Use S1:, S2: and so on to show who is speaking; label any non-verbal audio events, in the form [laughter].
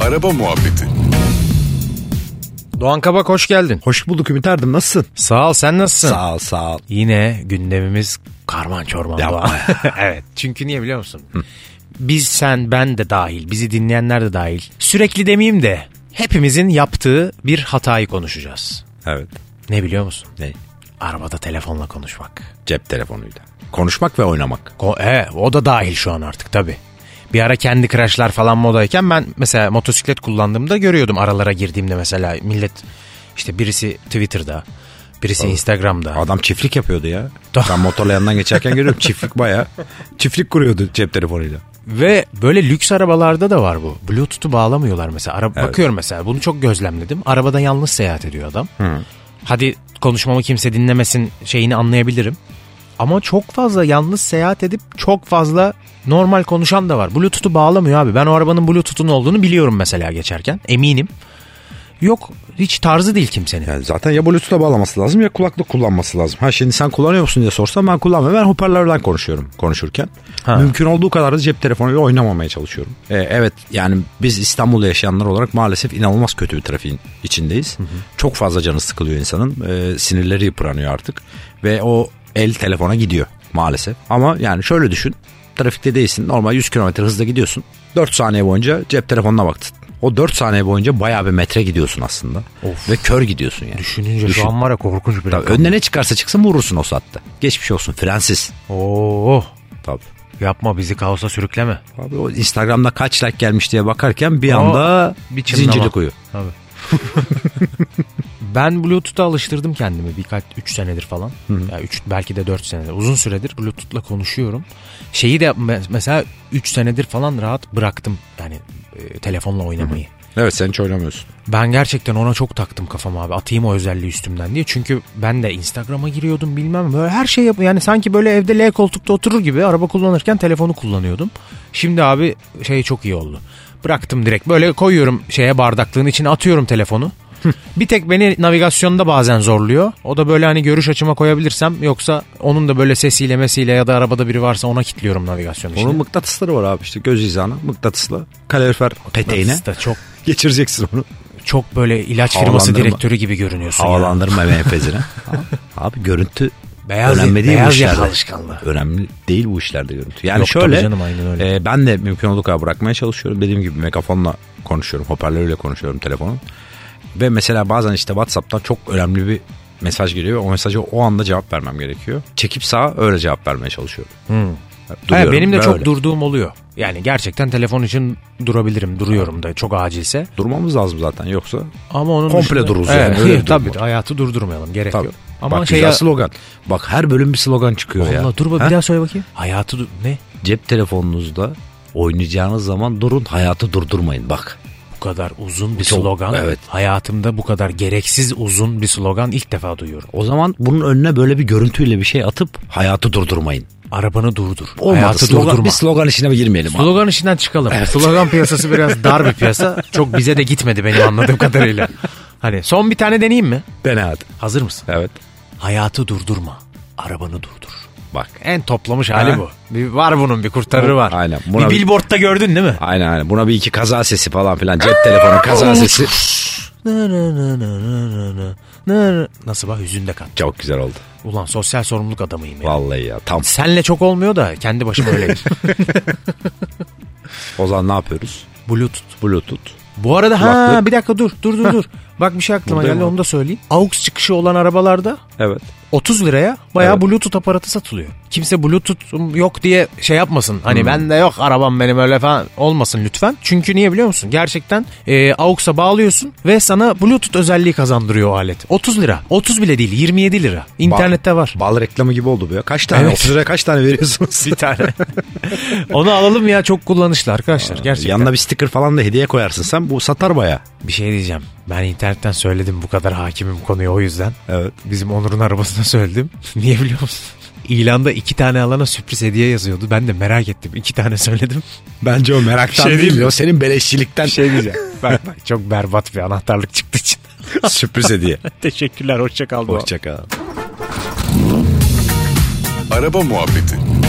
S1: Araba Muhabbeti
S2: Doğan Kabak hoş geldin.
S3: Hoş bulduk Ümit Erdem nasılsın?
S2: Sağ ol sen nasılsın?
S3: Sağ ol sağ ol.
S2: Yine gündemimiz karman çorman
S3: Yapma
S2: Doğan. evet [laughs] çünkü niye biliyor musun? Biz sen ben de dahil bizi dinleyenler de dahil sürekli demeyeyim de hepimizin yaptığı bir hatayı konuşacağız.
S3: Evet.
S2: Ne biliyor musun?
S3: Ne?
S2: Arabada telefonla konuşmak.
S3: Cep telefonuyla. Konuşmak ve oynamak.
S2: Ko- e, o da dahil şu an artık tabii. Bir ara kendi Crash'lar falan modayken ben mesela motosiklet kullandığımda görüyordum aralara girdiğimde mesela millet işte birisi Twitter'da, birisi Instagram'da.
S3: Adam çiftlik yapıyordu ya.
S2: Doğru.
S3: Ben motorla yanından geçerken görüyorum çiftlik baya. Çiftlik kuruyordu cep telefonuyla.
S2: Ve böyle lüks arabalarda da var bu. Bluetooth'u bağlamıyorlar mesela. Ara- Bakıyorum mesela bunu çok gözlemledim. Arabada yalnız seyahat ediyor adam. Hadi konuşmamı kimse dinlemesin şeyini anlayabilirim. Ama çok fazla yalnız seyahat edip çok fazla normal konuşan da var. Bluetooth'u bağlamıyor abi. Ben o arabanın Bluetooth'un olduğunu biliyorum mesela geçerken. Eminim. Yok hiç tarzı değil kimsenin.
S3: Yani zaten ya Bluetooth'a bağlaması lazım ya kulaklık kullanması lazım. Ha şimdi sen kullanıyor musun diye sorsam ben kullanmıyorum. Ben hoparlörden konuşuyorum konuşurken.
S2: Ha.
S3: Mümkün olduğu kadar da cep telefonuyla oynamamaya çalışıyorum. E, evet yani biz İstanbul'da yaşayanlar olarak maalesef inanılmaz kötü bir trafiğin içindeyiz. Çok fazla canı sıkılıyor insanın. E, sinirleri yıpranıyor artık. Ve o el telefona gidiyor maalesef. Ama yani şöyle düşün. Trafikte değilsin. Normal 100 km hızla gidiyorsun. 4 saniye boyunca cep telefonuna baktın. O 4 saniye boyunca bayağı bir metre gidiyorsun aslında.
S2: Of.
S3: Ve kör gidiyorsun yani.
S2: Düşününce
S3: Düşün.
S2: şu an var ya korkunç bir
S3: Tabii
S2: rakam.
S3: önüne ne çıkarsa çıksın vurursun o saatte. Geçmiş olsun Fransız.
S2: Oo,
S3: Tabii.
S2: yapma bizi kaosa sürükleme.
S3: Abi o Instagram'da kaç like gelmiş diye bakarken bir
S2: O
S3: anda
S2: bir çınlama.
S3: zincirli kuyu.
S2: Tabii. [laughs] ben Bluetooth'a alıştırdım kendimi birkaç 3 senedir falan. Ya üç, belki de 4 senedir. Uzun süredir Bluetooth'la konuşuyorum. Şeyi de me- mesela 3 senedir falan rahat bıraktım yani e, telefonla oynamayı.
S3: Evet sen hiç oynamıyorsun.
S2: Ben gerçekten ona çok taktım kafamı abi. Atayım o özelliği üstümden diye. Çünkü ben de Instagram'a giriyordum bilmem böyle her şey yap yani sanki böyle evde L koltukta oturur gibi araba kullanırken telefonu kullanıyordum. Şimdi abi şey çok iyi oldu. Bıraktım direkt böyle koyuyorum şeye bardaklığın içine
S3: [laughs]
S2: atıyorum telefonu. Bir tek beni navigasyonda bazen zorluyor. O da böyle hani görüş açıma koyabilirsem yoksa onun da böyle sesiyle mesiyle ya da arabada biri varsa ona kilitliyorum navigasyon işini.
S3: Onun mıknatısları var abi işte göz hizana mıknatısla kalorifer [laughs] peteğine
S2: Nasıl da çok
S3: geçireceksin onu.
S2: çok böyle ilaç firması
S3: Havalandırma.
S2: direktörü gibi görünüyorsun. ya.
S3: Havalandırma
S2: [laughs]
S3: menfezine. abi görüntü
S2: Beyaz,
S3: önemli değil bu
S2: beyaz
S3: işlerde.
S2: yakalı alışkanlığı.
S3: Önemli değil bu işlerde görüntü. Yani
S2: Yok,
S3: şöyle
S2: tabii canım, aynen öyle.
S3: e, ben de mümkün olduğu kadar bırakmaya çalışıyorum. Dediğim gibi megafonla konuşuyorum. Hoparlörle konuşuyorum telefonun. Ve mesela bazen işte WhatsApp'tan çok önemli bir mesaj geliyor. ve O mesaja o anda cevap vermem gerekiyor. Çekip sağa öyle cevap vermeye çalışıyorum.
S2: Hmm. Ha,
S3: Duruyorum
S2: benim de
S3: ve
S2: çok
S3: öyle.
S2: durduğum oluyor. Yani gerçekten telefon için durabilirim, duruyorum da çok acilse.
S3: Durmamız lazım zaten yoksa.
S2: Ama onun
S3: Komple
S2: dışında-
S3: dururuz yani, öyle bir durum
S2: [laughs] tabii
S3: var.
S2: hayatı durdurmayalım gerek
S3: Tabii.
S2: yok. Ama
S3: Bak
S2: şey
S3: güzel
S2: ya,
S3: slogan. Bak her bölüm bir slogan çıkıyor ya.
S2: Allah dur bak
S3: Ha?
S2: bir daha söyle bakayım. Hayatı dur- ne?
S3: Cep telefonunuzda oynayacağınız zaman durun hayatı durdurmayın bak.
S2: Bu kadar uzun bir
S3: çok-
S2: slogan.
S3: evet.
S2: Hayatımda bu kadar gereksiz uzun bir slogan ilk defa duyuyorum.
S3: O zaman bunun önüne böyle bir görüntüyle bir şey atıp hayatı durdurmayın.
S2: Arabanı durdur.
S3: Olmadı.
S2: hayatı
S3: slogan,
S2: durdurma.
S3: Bir slogan işine bir girmeyelim. abi.
S2: Slogan işinden çıkalım. Slogan piyasası
S3: [laughs]
S2: biraz dar bir piyasa. Çok bize de gitmedi benim anladığım kadarıyla. Hani son bir tane deneyeyim mi?
S3: Dene hadi.
S2: Hazır mısın?
S3: Evet.
S2: Hayatı durdurma. Arabanı durdur.
S3: Bak.
S2: En toplamış hali
S3: Ha?
S2: bu. Bir, var bunun bir kurtarı
S3: Bu-
S2: var.
S3: aynen.
S2: bir
S3: Buna bir-
S2: billboardda gördün değil mi?
S3: Aynen aynen. Buna bir iki kaza sesi falan filan. Cep telefonu kaza sesi.
S2: Na na na na na na na na na. Nasıl bak hüzünde kat.
S3: Çok güzel oldu.
S2: Ulan sosyal sorumluluk adamıyım ya.
S3: Vallahi ya tam.
S2: Senle çok olmuyor da kendi başıma
S3: [laughs]
S2: öyle.
S3: O zaman ne yapıyoruz?
S2: Bluetooth.
S3: Bluetooth.
S2: Bu arada ha
S3: Kulaklık.
S2: bir dakika dur dur
S3: [laughs]
S2: dur dur. Bak bir şey aklıma
S3: Buradayım
S2: geldi
S3: abi.
S2: onu da söyleyeyim. AUX çıkışı olan arabalarda
S3: Evet.
S2: 30 liraya bayağı
S3: Evet.
S2: Bluetooth aparatı satılıyor. Kimse Bluetooth yok diye şey yapmasın. Hani
S3: Hmm.
S2: ben de yok arabam benim öyle falan olmasın lütfen. Çünkü niye biliyor musun? Gerçekten e, AUX'a bağlıyorsun ve sana Bluetooth özelliği kazandırıyor o alet. 30 lira. 30 bile değil 27 lira.
S3: [laughs]
S2: İnternette var.
S3: Bal reklamı gibi oldu bu ya. Kaç tane?
S2: Evet.
S3: 30 liraya kaç tane veriyorsunuz? bir tane. [laughs]
S2: Onu alalım ya çok kullanışlı arkadaşlar gerçekten.
S3: Yanına bir sticker falan da hediye koyarsın sen. Bu satar baya.
S2: Bir şey diyeceğim. Ben internetten söyledim bu kadar hakimim konuya o yüzden.
S3: Evet.
S2: Bizim Onur'un arabasına [laughs] söyledim. Niye biliyor musun? İlanda iki tane alana sürpriz hediye yazıyordu. Ben de merak ettim. İki tane söyledim.
S3: Bence o meraktan
S2: Bir şey diyeyim
S3: O senin beleşçilikten. [laughs]
S2: şey diyeceğim. Bak bak [laughs] çok berbat bir anahtarlık çıktı için.
S3: Sürpriz hediye.
S2: Teşekkürler hoşça kal. Doğan.
S3: Hoşçakal.
S1: Araba Muhabbeti